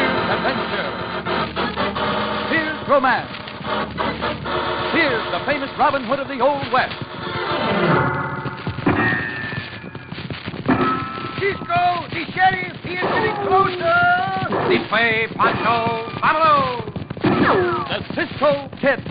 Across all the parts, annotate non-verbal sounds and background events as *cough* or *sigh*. adventure. Here's romance. Here's the famous Robin Hood of the Old West. Cisco, the sheriff, he is getting closer. Lipe, Pancho, vámonos. The Cisco Kid.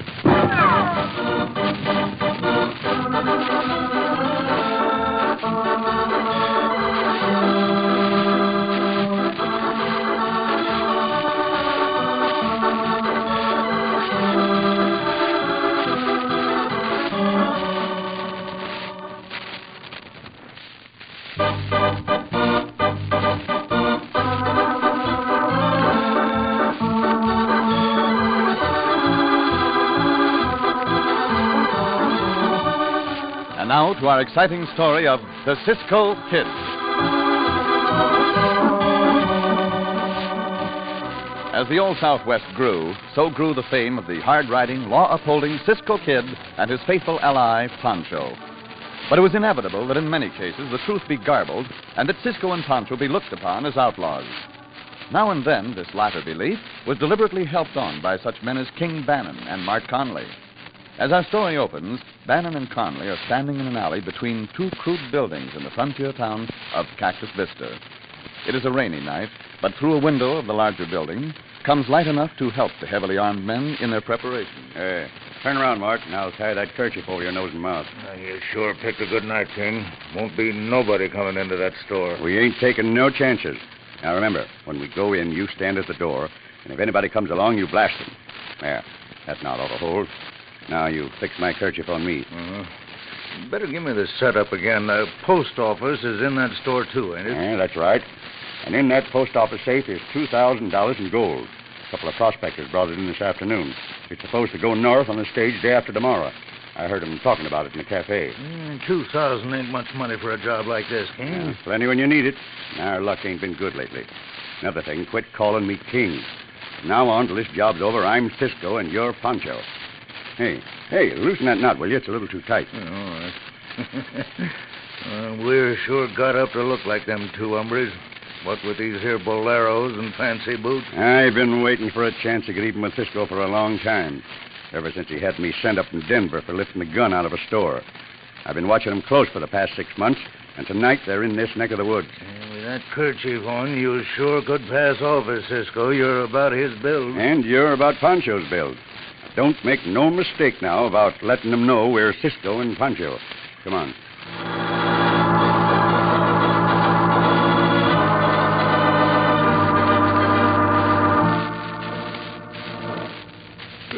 And now to our exciting story of the Cisco Kid. As the Old Southwest grew, so grew the fame of the hard riding, law upholding Cisco Kid and his faithful ally, Pancho. But it was inevitable that in many cases the truth be garbled and that Cisco and Pancho be looked upon as outlaws. Now and then, this latter belief was deliberately helped on by such men as King Bannon and Mark Conley. As our story opens, Bannon and Conley are standing in an alley between two crude buildings in the frontier town of Cactus Vista. It is a rainy night, but through a window of the larger building comes light enough to help the heavily armed men in their preparation. Uh, turn around, Mark, and I'll tie that kerchief over your nose and mouth. Uh, you sure picked a good night, King. Won't be nobody coming into that store. We ain't taking no chances. Now remember, when we go in, you stand at the door, and if anybody comes along, you blast them. There, that knot ought to hold. Now you fix my kerchief on me. Uh-huh. Better give me the setup again. The post office is in that store, too, ain't it? Yeah, that's right. And in that post office safe is two thousand dollars in gold. A couple of prospectors brought it in this afternoon. It's supposed to go north on the stage day after tomorrow. I heard 'em talking about it in the cafe. Mm, Two thousand ain't much money for a job like this, Hmm. King. Yeah, plenty when you need it. And Our luck ain't been good lately. Another thing, quit calling me King. From now on, till this job's over, I'm Cisco and you're Poncho. Hey, hey, loosen that knot, will you? It's a little too tight. Yeah, all right. *laughs* Uh, we're sure got up to look like them two hombres. What with these here boleros and fancy boots. I've been waiting for a chance to get even with Cisco for a long time. Ever since he had me sent up in Denver for lifting the gun out of a store. I've been watching him close for the past six months, and tonight they're in this neck of the woods. Yeah, with that kerchief on, you sure could pass off as Cisco. You're about his build. And you're about Pancho's build. Don't make no mistake now about letting them know we're Cisco and Pancho. Come on. Uh,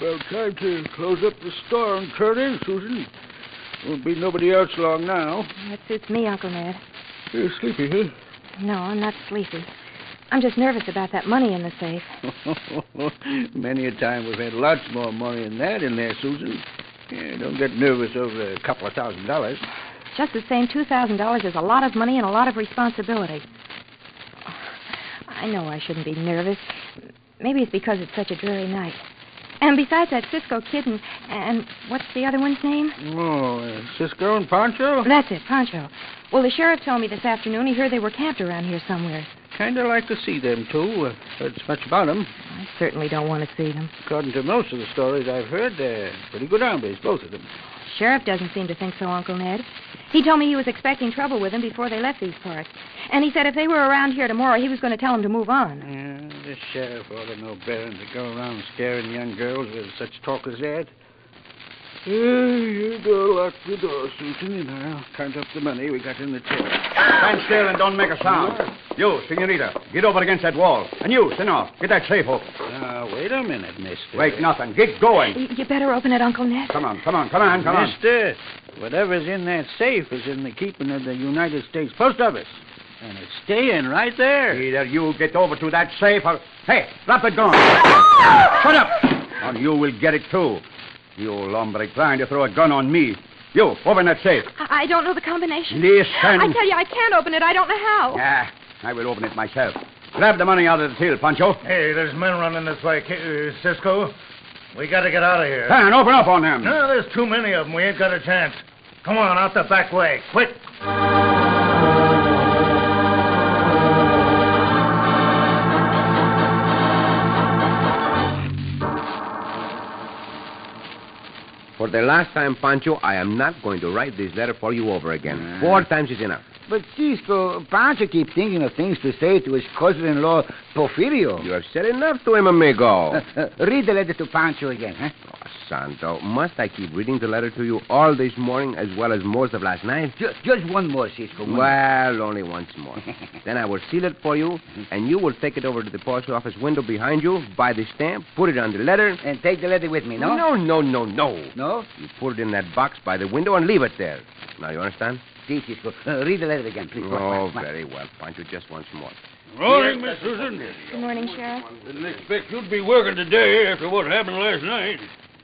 About time to close up the store on Curtis, Susan. Won't be nobody else along now. That suits me, Uncle Ned. You're sleepy, huh? No, I'm not sleepy. I'm just nervous about that money in the *laughs* safe. Many a time we've had lots more money than that in there, Susan. Yeah, don't get nervous over a couple of thousand dollars. Just the same, $2,000 is a lot of money and a lot of responsibility. I know I shouldn't be nervous. Maybe it's because it's such a dreary night. And besides that Cisco kid and, and what's the other one's name? Oh, uh, Cisco and Pancho? That's it, Pancho. Well, the sheriff told me this afternoon he heard they were camped around here somewhere. Kind of like to see them, too. Uh, heard so much about them. I certainly don't want to see them. According to most of the stories I've heard, they're pretty good hombres, both of them. Sheriff doesn't seem to think so, Uncle Ned. He told me he was expecting trouble with them before they left these parts. And he said if they were around here tomorrow, he was going to tell them to move on. Yeah, the sheriff ought to know better than to go around scaring young girls with such talk as that. Yeah, you go lock the door, Susan, and I'll count up the money we got in the till. Stand still and don't make a sound. You, senorita, get over against that wall. And you, senor, get that safe open. Now, wait a minute, mister. Wait, nothing. Get going. You better open it, Uncle Ned. Come on, come on, come on, come on. Mister, whatever's in that safe is in the keeping of the United States Post Office. And it's staying right there. Either you get over to that safe or. Hey, drop that gun. Shut up! Or you will get it too. You hombre trying to throw a gun on me. You, open that safe. I I don't know the combination. Listen. I tell you, I can't open it. I don't know how. Ah, I will open it myself. Grab the money out of the till, Pancho. Hey, there's men running this way, Ki- uh, Cisco. We got to get out of here. And open up on them. No, there's too many of them. We ain't got a chance. Come on, out the back way, quick. the last time, Pancho, I am not going to write this letter for you over again. Four times is enough. But, Cisco, Pancho keep thinking of things to say to his cousin-in-law, Porfirio. You have said enough to him, amigo. *laughs* Uh, uh, *laughs* read the letter to Pancho again, huh? Oh, Santo, must I keep reading the letter to you all this morning as well as most of last night? Just, just one more, Cisco. one more. Well, only once more. *laughs* then I will seal it for you, and you will take it over to the post office window behind you, buy the stamp, put it on the letter. And take the letter with me, no? No, no, no, no. No? You put it in that box by the window and leave it there. Now, you understand? See, Cisco. Uh, read the letter again, please. Oh, very well, Pancho, just once more. Morning, Miss Susan. Good morning, Sheriff. Didn't expect you'd be working today after what happened last night.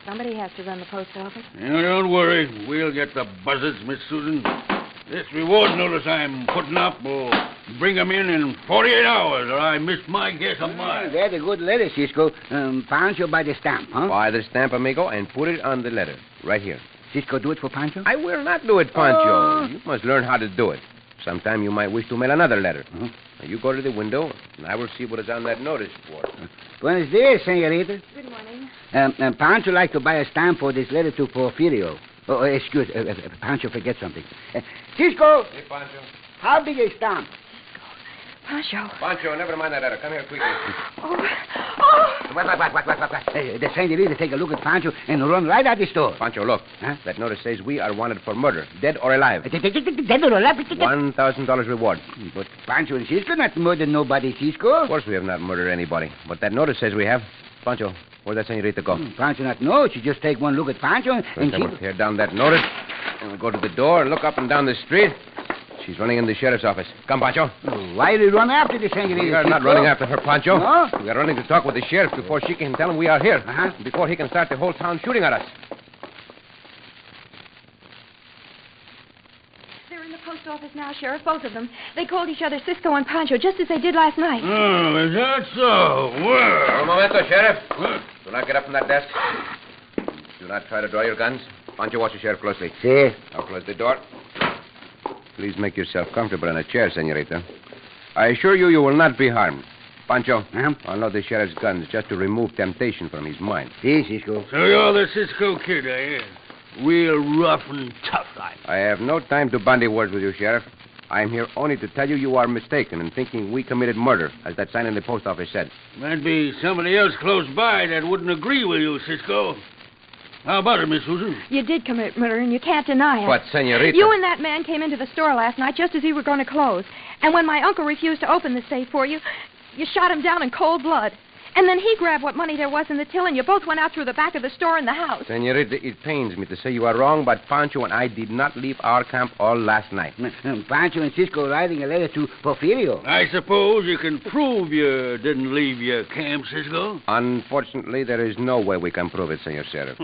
Somebody has to run the post office. Yeah, don't worry. We'll get the buzzards, Miss Susan. This reward notice I'm putting up will bring 'em in in 48 hours, or I miss my guess of Ah, mine. Very good letter, Cisco. Um, Pancho by the stamp, huh? Buy the stamp, amigo, and put it on the letter, right here. Cisco, do it for Pancho? I will not do it, Pancho. Oh. You must learn how to do it. Sometime you might wish to mail another letter. Mhm. Now you go to the window, and I will see what is on that notice board. Buenos dias, senorita. Good morning. Um, um, Pancho like to buy a stamp for this letter to Porfirio. Oh, oh, excuse, uh, uh, Pancho forget something. Uh, Cisco, Hey, Pancho. how big a stamp? Pancho. Pancho, never mind that letter. Come here quickly. Oh. Oh. What, what, what, what, what, what, what? Uh, the senorita take a look at Pancho and run right out the store. Pancho, look. Huh? That notice says we are wanted for murder, dead or Uh, alive. One thousand dollars reward. But Pancho and Cisco not murder nobody, Cisco. Of course, we have not murdered anybody, but that notice says we have. Pancho, where'd that senorita go? Hmm, Pancho not know. She just take one look at Pancho and, and First, I will keep... tear down that notice, and we'll go to the door and look up and down the street. She's running in the sheriff's office. Come, Pancho. Why you run after the senorita? We are not Cisco? running after her, Pancho. No? We are running to talk with the sheriff before she can tell him we are here. Uh-huh. Before he can start the whole town shooting at us. They're in the post office now, Sheriff, both of them. They called each other Cisco and Pancho, just as they did last night. Oh, is that so? Un Well, momento, sheriff. Huh? Do not get up from that desk. Do not try to draw your guns. Pancho, watch the sheriff closely. See? Now close the door. Please make yourself comfortable in a chair, senorita. I assure you, you will not be harmed. Pancho, Huh? unload the sheriff's guns just to remove temptation from his mind. See, Cisco. so you're the Cisco kid, are you? Real rough and tough, like. I have no time to bandy words with you, Sheriff. I am here only to tell you you are mistaken in thinking we committed murder, as that sign in the post office said. Might be somebody else close by that wouldn't agree with you, Cisco. How about it, Miss Susan? You did commit murder, and you can't deny it. But, senorita. You and that man came into the store last night just as we were going to close. And when my uncle refused to open the safe for you, you shot him down in cold blood. And then he grabbed what money there was in the till, and you both went out through the back of the store and the house. Senorita, it pains me to say you are wrong, but Pancho and I did not leave our camp all last night. Um, Pancho and Cisco writing a letter to Porfirio. I suppose you can prove you didn't leave your camp, Cisco. Unfortunately, there is no way we can prove it, Senor Sheriff.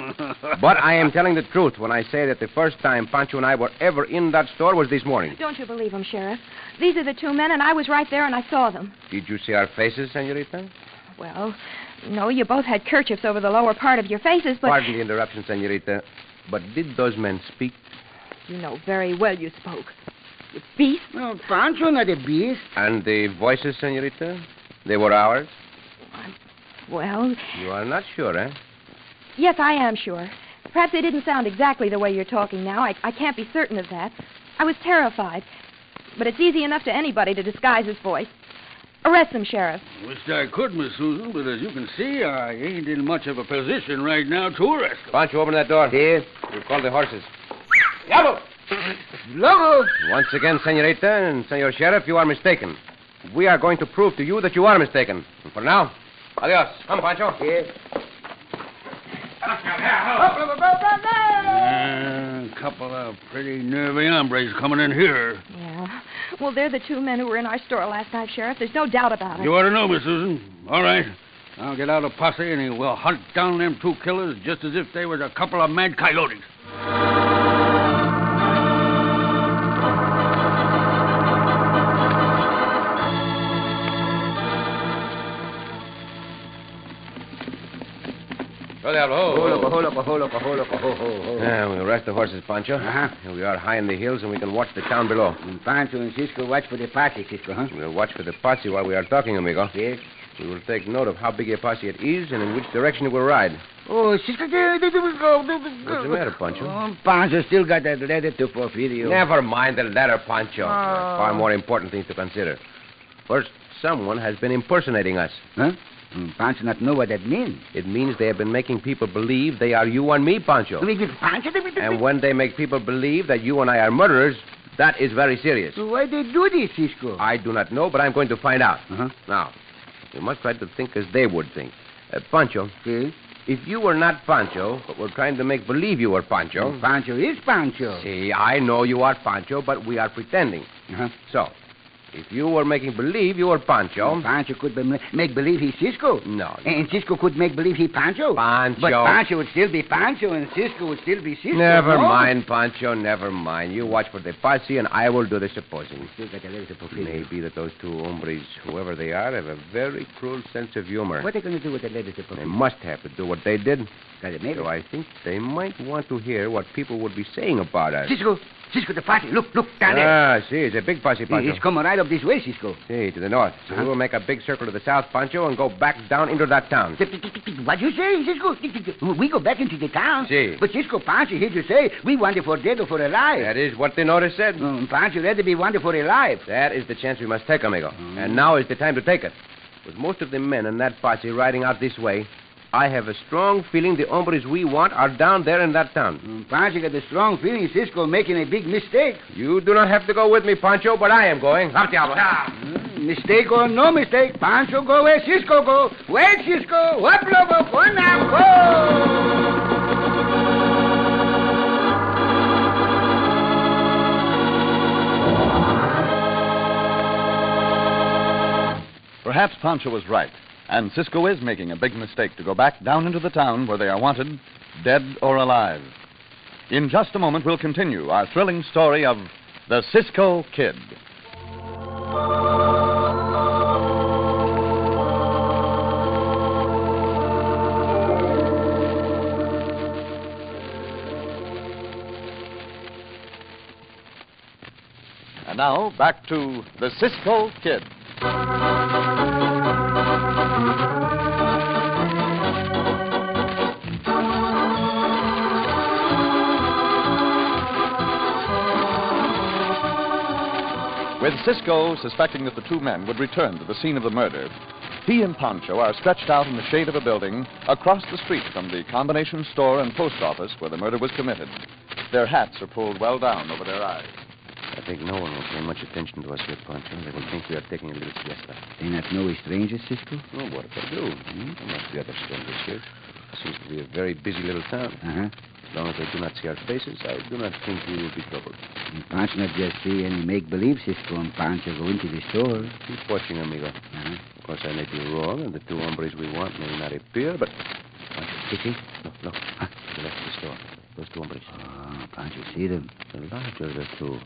but I am telling the truth when I say that the first time Pancho and I were ever in that store was this morning. Don't you believe him, Sheriff? These are the two men, and I was right there, and I saw them. Did you see our faces, Senorita? Well, no, you both had kerchiefs over the lower part of your faces, but Pardon the interruption, Senorita, but did those men speak? you know very well you spoke. You beast. No, Pancho not a beast. And the voices, Senorita? They were ours? Well, You are not sure, eh? Yes, I am sure. Perhaps they didn't sound exactly the way you're talking now. I, I can't be certain of that. I was terrified. But it's easy enough to anybody to disguise his voice. Arrest them, Sheriff. Wished I could, Miss Susan, but as you can see, I ain't in much of a position right now to arrest them. Pancho, open that door. Here. We'll call the horses. Lobo! Once again, Senorita and Senor Sheriff, you are mistaken. We are going to prove to you that you are mistaken. And for now, adios. Come, Pancho. Here. Ah, a couple of pretty nervy hombres coming in here. Yeah. Well, they're the two men who were in our store last night, Sheriff. There's no doubt about it. You ought to know, Miss Susan. All right. I'll get out a posse and we'll hunt down them two killers just as if they was a couple of mad coyotes. Hold up, hold up, hold up, hold up, ho, ho, ho. Yeah, Ah, we'll rest the horses, Pancho. Uh-huh. Here we are high in the hills, and we can watch the town below. And Pancho and Cisco watch for the party, Cisco, huh? We'll watch for the posse while we are talking, amigo. Yes. We will take note of how big a posse it is and in which direction it will ride. Oh, Cisco, there we go. What's the matter, Pancho? Oh, Pancho still got that letter to Porfirio. Never mind the letter, Pancho. There are far more important things to consider. First, someone has been impersonating us. Huh? Mm, Pancho not know what that means. It means they have been making people believe they are you and me, Pancho. We give Pancho the... And when they make people believe that you and I are murderers, that is very serious. So why they do this, Cisco? I do not know, but I'm going to find out. Uh-huh. Now, you must try to think as they would think. Uh, Pancho, Okay. if you were not Pancho, but were trying to make believe you were Pancho. Pancho is Pancho. See, I know you are Pancho, but we are pretending. Uh-huh. So, if you were making believe you were Pancho. Pancho could be, make believe he's Cisco. No. And Cisco could make believe he Pancho. Mm. Pancho. But Pancho would still be Pancho, and Cisco would still be Cisco. Never no? mind, Pancho, never mind. You watch for the posse, and I will do the supposing. Still got that letter to Porfirio. Maybe that those two hombres, whoever they are, have a very cruel sense of humor. What are they going to do with that letter to They Porfirio? must have to do what they did. Got it made So I think they might want to hear what people would be saying about us. Cisco, Cisco, the posse. Look, look, down there. Ah, see, it's a big posse, He- Pancho. He's coming right up this way, Cisco. See, to the north. So we will make a big circle to the south, Pancho, and go back down into that town. What you say, Cisco? We go back into the town. Si. But Cisco Pancho here to say we want it for dead or for alive. That is what the notice said. Um, Pancho rather be wanted for alive. That is the chance we must take, amigo. Mm. And now is the time to take it. With most of the men in that posse riding out this way, I have a strong feeling the hombres we want are down there in that town. Um, Pancho got a strong feeling Cisco making a big mistake. You do not have to go with me, Pancho, but I am going. Up, Diablo. Ah! Mm, Mistake or no mistake, Pancho go where Cisco go. Where Cisco, up lobo, one now, go. Perhaps Pancho was right, and Cisco is making a big mistake to go back down into the town where they are wanted, dead or alive. In just a moment, we'll continue our thrilling story of the Cisco Kid. And now, back to the Cisco Kid. With Cisco suspecting that the two men would return to the scene of the murder, he and Pancho are stretched out in the shade of a building across the street from the combination store and post office where the murder was committed. Their hats are pulled well down over their eyes. I think no one will pay much attention to us here, Pancho. They will think we are taking a little siesta. They not know a stranger, Cisco? Oh, what if they do? There must be other strangers here. Seems to be a very busy little town. Uh-huh. As long as they do not see our faces, I do not think we will be troubled. And Mm, Pancho not just see any make-believe Cisco and Pancho go into the store. Uh-huh. Keep watching, amigo. Of course, I may be wrong, and the two hombres we want may not appear, but. Pancho, see? No, *laughs* no. Huh? To the left of the store. Those two hombres. Oh, Pancho see them. The larger of the two.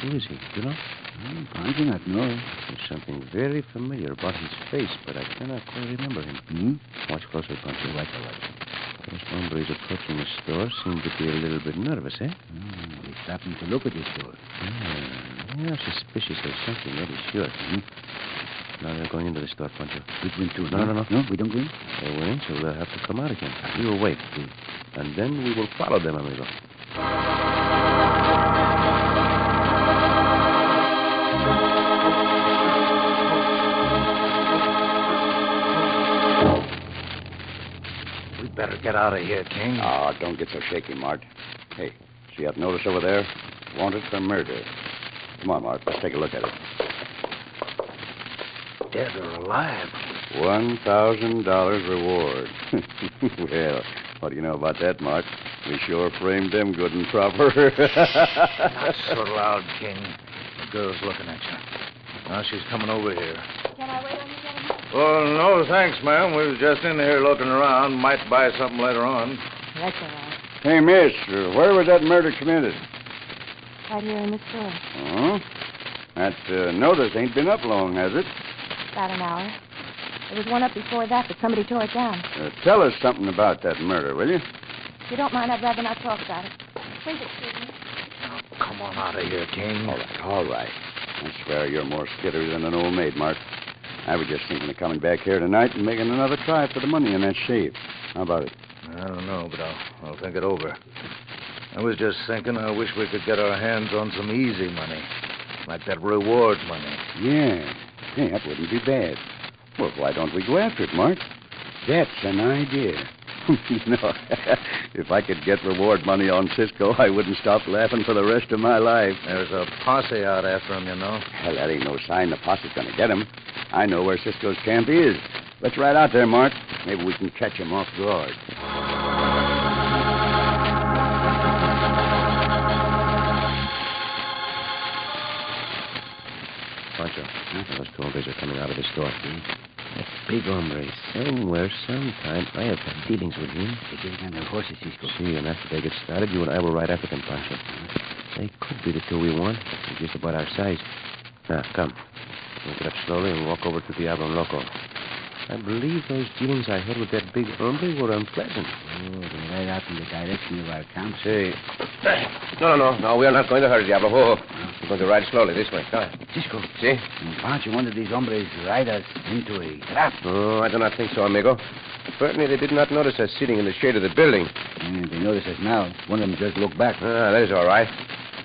Who is he? Do you know? Oh, Pancho not know. There's something very familiar about his face, but I cannot quite remember him. Hmm? Watch closely, Pancho. Right, right. Those hombres approaching the store seem to be a little bit nervous, eh? Hmm, They stopping to look at the store. Hmm. They are suspicious of something, that is sure. hmm? Now they're going into the store, Pancho. We went to No, no, no. No, we don't go in. They went in, so they'll have to come out again. We will wait. And then we will follow them, amigo. We better get out of here, King. Ah, don't get so shaky, Mart. Hey, see that notice over there? Wanted for murder. Come on, Mart. Let's take a look at it. Dead or alive. One thousand dollars reward. *laughs* well, what do you know about that, Mart? We sure framed them good and proper. *laughs* Not so loud, King. The girl's looking at you. Now she's coming over here. Can I wait on you, gentlemen? Well, no, thanks, ma'am. We was just in here looking around. Might buy something later on. That's all right. hey, Miss, uh, where was that murder committed? Right here in the store. Huh? That uh, notice ain't been up long, has it? About an hour. There was one up before that, but somebody tore it down. Uh, tell us something about that murder, will you? If you don't mind, I'd rather not talk about it. Please excuse me. Come on out of here, King. All right, all right. I swear you're more skittery than an old maid, Mart. I was just thinking of coming back here tonight and making another try for the money in that shave. How about it? I don't know, but I'll, I'll think it over. I was just thinking I wish we could get our hands on some easy money, like that rewards money. Yeah. Hey, that wouldn't be bad. Well, why don't we go after it, Mark? That's an idea. *laughs* no, *laughs* if I could get reward money on Cisco, I wouldn't stop laughing for the rest of my life. There's a posse out after him, you know. Well, that ain't no sign the posse's going to get him. I know where Cisco's camp is. Let's ride out there, Mark. Maybe we can catch him off guard. Pancho, those cougars are coming out of the store. Hmm? That big hombre, somewhere, sometime, I have had dealings with him. They get it on their horses, Cisco. See, and after they get started, you and I will ride after them, Pancho. They could be the two we want. They're just about our size. Now, come. We'll get up slowly and walk over to Diablo Loco. I believe those dealings I had with that big hombre were unpleasant. Oh, they're right out in the direction of our camp. See. Eh, No, no, no, no. We are not going to hurry, Diablo. Whoa, whoa. We're going to ride slowly this way. Come on. Cisco, See? why don't one of these hombres ride us into a trap? Oh, I do not think so, amigo. Certainly, they did not notice us sitting in the shade of the building. Mm, they notice us now. One of them just looked back. Ah, that is all right.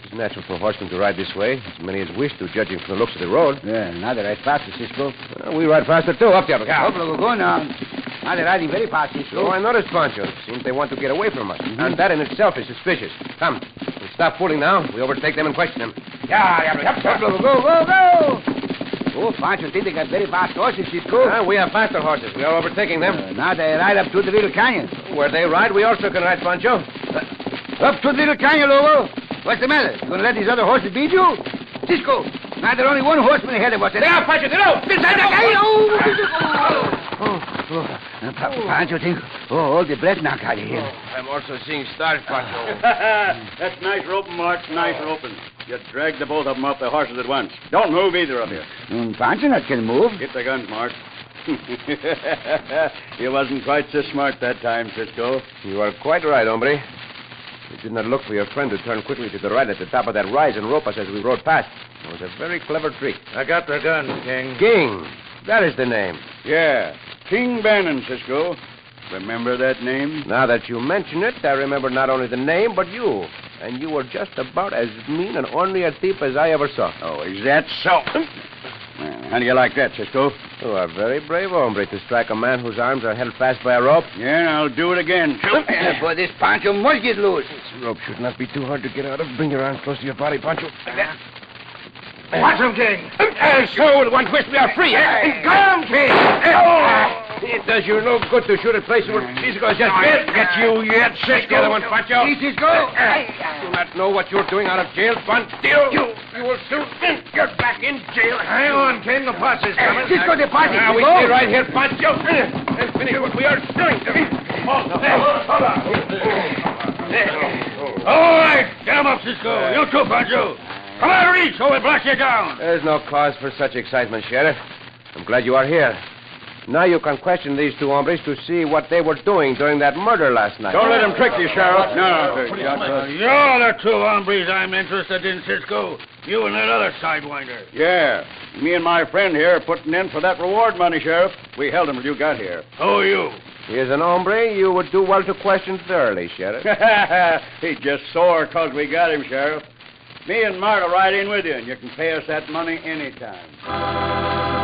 It's natural for horsemen to ride this way, as many as wish to, judging from the looks of the road. Yeah, now they ride faster, Cisco. Well, we ride faster, too. Up, Diablo. Oh, but we're going now. Now they're riding very fast, Cisco. So Oh, I noticed, Pancho. Seems they want to get away from us. Mm-hmm. And that in itself is suspicious. Come. We stop fooling now. We overtake them and question them. Yeah, Diablo. Up, Diablo. Go, go, go! Oh, Pancho, think they got very fast horses, Cisco. Ah, we have faster horses. We are overtaking them. Uh, now they ride up to the little canyon. Where they ride, we also can ride, Pancho. Up to the little canyon, Lobo. What's the matter? You gonna let these other horses beat you? Cisco, now there's only one horseman ahead of us. Get out, Pancho, get out! This Ah. Oh, oh. Uh, Pa- Pancho, think. Oh, all the breath knocked out of here. I'm also seeing stars, Pancho. *laughs* That's nice roping, Mark. Nice Oh. roping. You dragged the both of them off their horses at once. Don't move either of you. Mm, Pancho not can move. Get the guns, Mark. *laughs* you wasn't quite so smart that time, Cisco. *laughs* you are quite right, hombre. It did not look for your friend to turn quickly to the right at the top of that rise and rope us as we rode past. It was a very clever trick. I got their guns, King. Ging. That is the name. Yeah. King Bannon, Cisco. Remember that name? Now that you mention it, I remember not only the name, but you. And you were just about as mean and ornery a thief as I ever saw. Oh, is that so? Well, how do you like that, Cisco? You are very brave, hombre, to strike a man whose arms are held fast by a rope. Yeah, I'll do it again. For this Pancho must get loose. This rope should not be too hard to get out of. Bring your arms close to your body, Pancho. Uh-huh. Uh, Watch him, King. so, with one twist, we are free. eh? Come, King. It Oh. does you no good to shoot at places where Mm. Cisco has just been. Get you yet, Cisco. The other one, Pancho. Uh, Easy, go. Do not know what you're doing out of jail, Pancho. You, you will soon think you're back in jail. Hang on, Ken. The posse's coming. Cisco, the posse. Now, we Go. stay right here, Pancho. And finish what we are doing to him. All right, get him up, Cisco. You too, Pancho. Come out of reach or we'll blast you down. There's no cause for such excitement, Sheriff. I'm glad you are here. Now you can question these two hombres to see what they were doing during that murder last night. Don't let him trick you, Sheriff. No, Uh, you're the two hombres I'm interested in, Cisco. You and that other sidewinder. Yeah. Me and my friend here are putting in for that reward money, Sheriff. We held him till you got here. Who are you? He is an hombre you would do well to question thoroughly, *laughs* Sheriff. He's just sore 'cause we got him, Sheriff. Me and Marta ride in with you, and you can pay us that money anytime.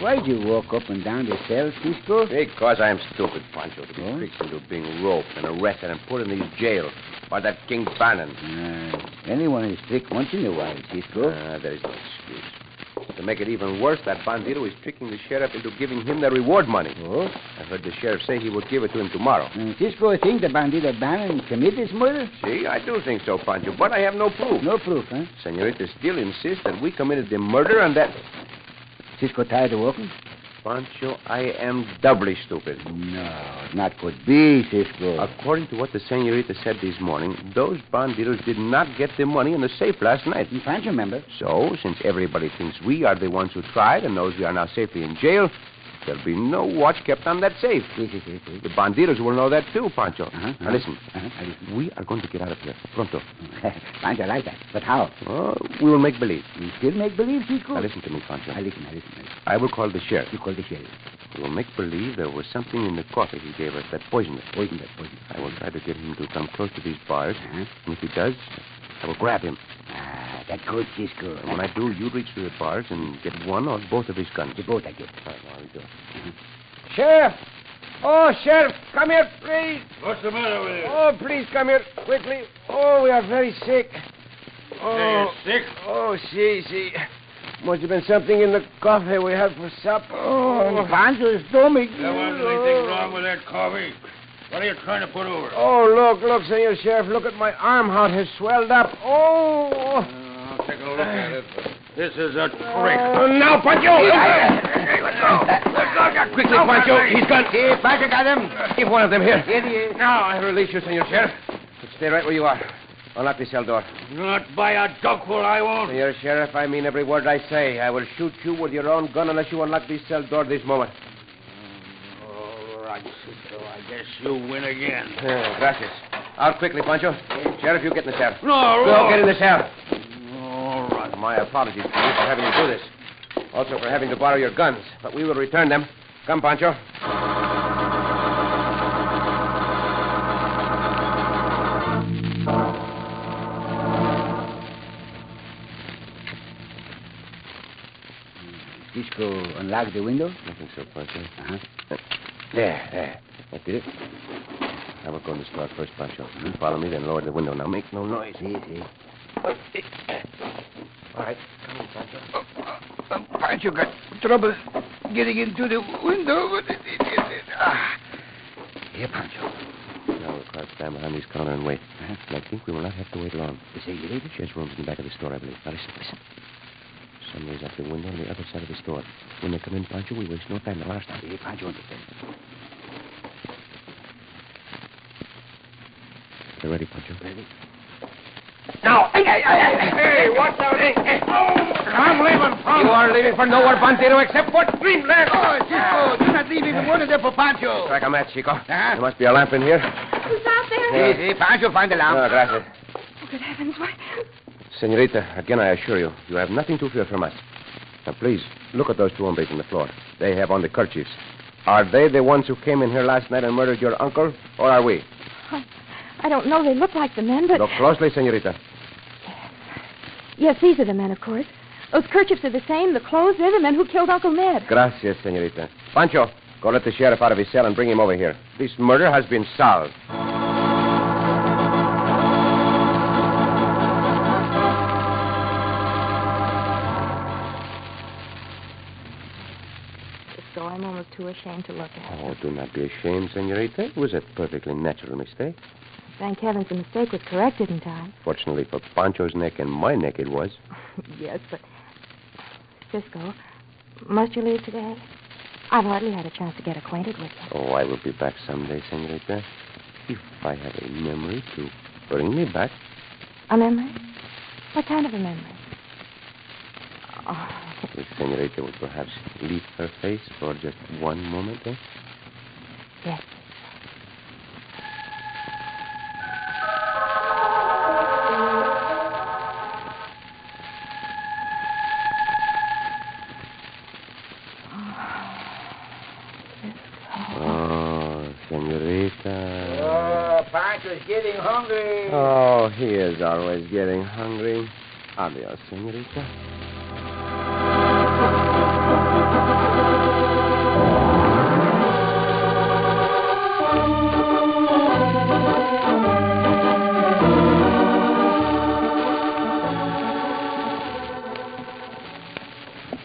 Why'd you walk up and down the cells, Cisco? Because I am stupid, Pancho, to be Huh? tricked into being roped and arrested and put in these jails by that King Bannon. Uh, anyone is tricked once in a while, Cisco. Ah, there is no excuse. To make it even worse, that bandito is tricking the sheriff into giving him the reward money. oh? I heard the sheriff say he would give it to him tomorrow. And Cisco think the bandito Bannon commit this murder? See, I do think so, Pancho, but I have no proof. No proof, huh? Senorita still insists that we committed the murder and that. Cisco tired of walking? Pancho, I am doubly stupid. No, not could be, Cisco. According to what the senorita said this morning, those banditos did not get the money in the safe last night. You find your member. So, since everybody thinks we are the ones who tried and knows we are now safely in jail, There'll be no watch kept on that safe. The bandidos will know that too, Pancho. Uh-huh, Now uh-huh, listen, uh-huh, I we are going to get out of here. Pronto. Uh-huh. *laughs* Pancho, I like that. But how? Oh, we will make believe. You still make believe, Chico? Now listen to me, Pancho. I listen, I listen, I listen. I will call the sheriff. You call the sheriff. We will make believe there was something in the coffee he gave us that poisoned us. Poison that poison. I will try to get him to come close to these bars. Uh-huh. And if he does, I will grab him. Ah, that good, Cisco. And when I do, you reach through the bars and get one or both of his guns. The boat I get. All right, now we do. Sheriff! Oh, Sheriff, come here, please. What's the matter with you? Oh, please come here quickly. Oh, we are very sick. Hey, Oh, sick? oh, see, see. Must have been something in the coffee we had for supper. Oh, Pancho's stomach. There wasn't anything wrong with that coffee. What are you trying to put over? Oh, look, look, Senor Sheriff. Look at my arm, how it has swelled up. Oh. Uh, I'll take a look at it. This is a trick. Oh, now, Pancho! Let go! Let go! Quickly, Pancho! He's gone. Here, Pancho, got him. Give one of them here. Here he is. Now, I release you, Senor Sheriff. But stay right where you are. Unlock this cell door. Not by a dogful, I won't. Senor Sheriff, I mean every word I say. I will shoot you with your own gun unless you unlock this cell door this moment. All right, Cisco. I guess you win again. Eh, gracias. Out quickly, Pancho. Sheriff, you get in the cell. No, Go, no. get in the cell. All right. My apologies to you for having you do this. Also for having to borrow your guns. But we will return them. Come, Pancho. Cisco unlock the window? I think so, Pancho. Uh-huh. There, there. That did it. I will go in the store first, Pancho. You follow me, then lower the window. Now make no noise. Easy. All right. Come on, Pancho. Pancho got trouble getting into the window. But it, it, it, it, ah. Here, Pancho. Now we'll crouch down behind this counter and wait. And I think we will not have to wait long. The segregated? She has rooms in the back of the store, I believe. Now listen, listen. Somebody's out the window on the other side of the store. When they come in, Pancho, we waste no time the last time. Hey, Pancho, understand? They're ready, Pancho. Ready? Now. Hey, hey, hey, hey, what's out? Hey, hey. I'm leaving from You are leaving for nowhere, Pantero, except for Dreamland. Oh, Chico, do not leave even one of them for Pancho. Strike a match, Chico. There must be a lamp in here. Who's out there? Si, si, Pancho, find the lamp. No, gracias. Oh, good heavens, why? Senorita, again, I assure you, you have nothing to fear from us. Now, please, look at those two hombres on the floor. They have on the kerchiefs. Are they the ones who came in here last night and murdered your uncle, or are we? I, I don't know. They look like the men, but. Look closely, senorita. Yes, these are the men, of course. Those kerchiefs are the same, the clothes, they're the men who killed Uncle Ned. Gracias, senorita. Pancho, go let the sheriff out of his cell and bring him over here. This murder has been solved. Cisco, I'm almost too ashamed to look at. Oh, do not be ashamed, senorita. It was a perfectly natural mistake. Thank heavens the mistake was corrected in time. *laughs* Fortunately for Pancho's neck and my neck, it was. yes, but. Cisco, must you leave today? I've hardly had a chance to get acquainted with you. Oh, I will be back someday, senorita. If I have a memory to bring me back. A memory? What kind of a memory? Oh, The senorita would perhaps leave her face for just one moment, eh? yes. Oh, senorita. Oh, Pancho's getting hungry. Oh, he is always getting hungry. Adios, senorita.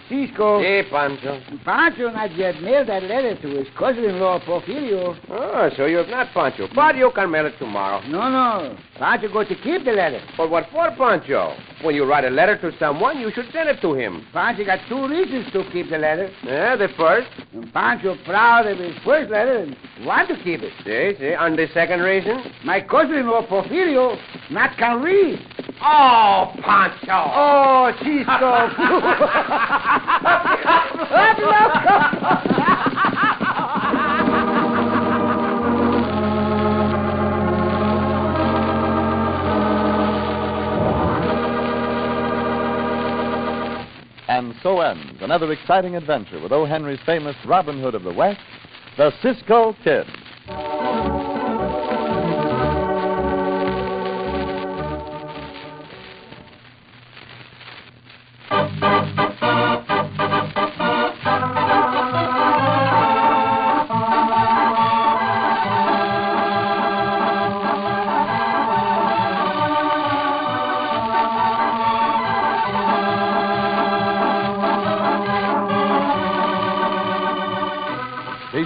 Cisco, Hey, Pancho. Pancho not yet mailed that letter to his cousin-in-law, Porfirio. Oh, so you have not, Pancho. But you can mail it tomorrow. No, no. Pancho got to keep the letter. But what for, Pancho? When you write a letter to someone, you should send it to him. Pancho got two reasons to keep the letter. Eh, the first? And Pancho proud of his first letter and want to keep it. See, see. And the second reason? My cousin-in-law, Porfirio, not can read. Oh, Pancho. *laughs* Oh, Cisco. so ends another exciting adventure with O. Henry's famous Robin Hood of the West, the Cisco Kid. Be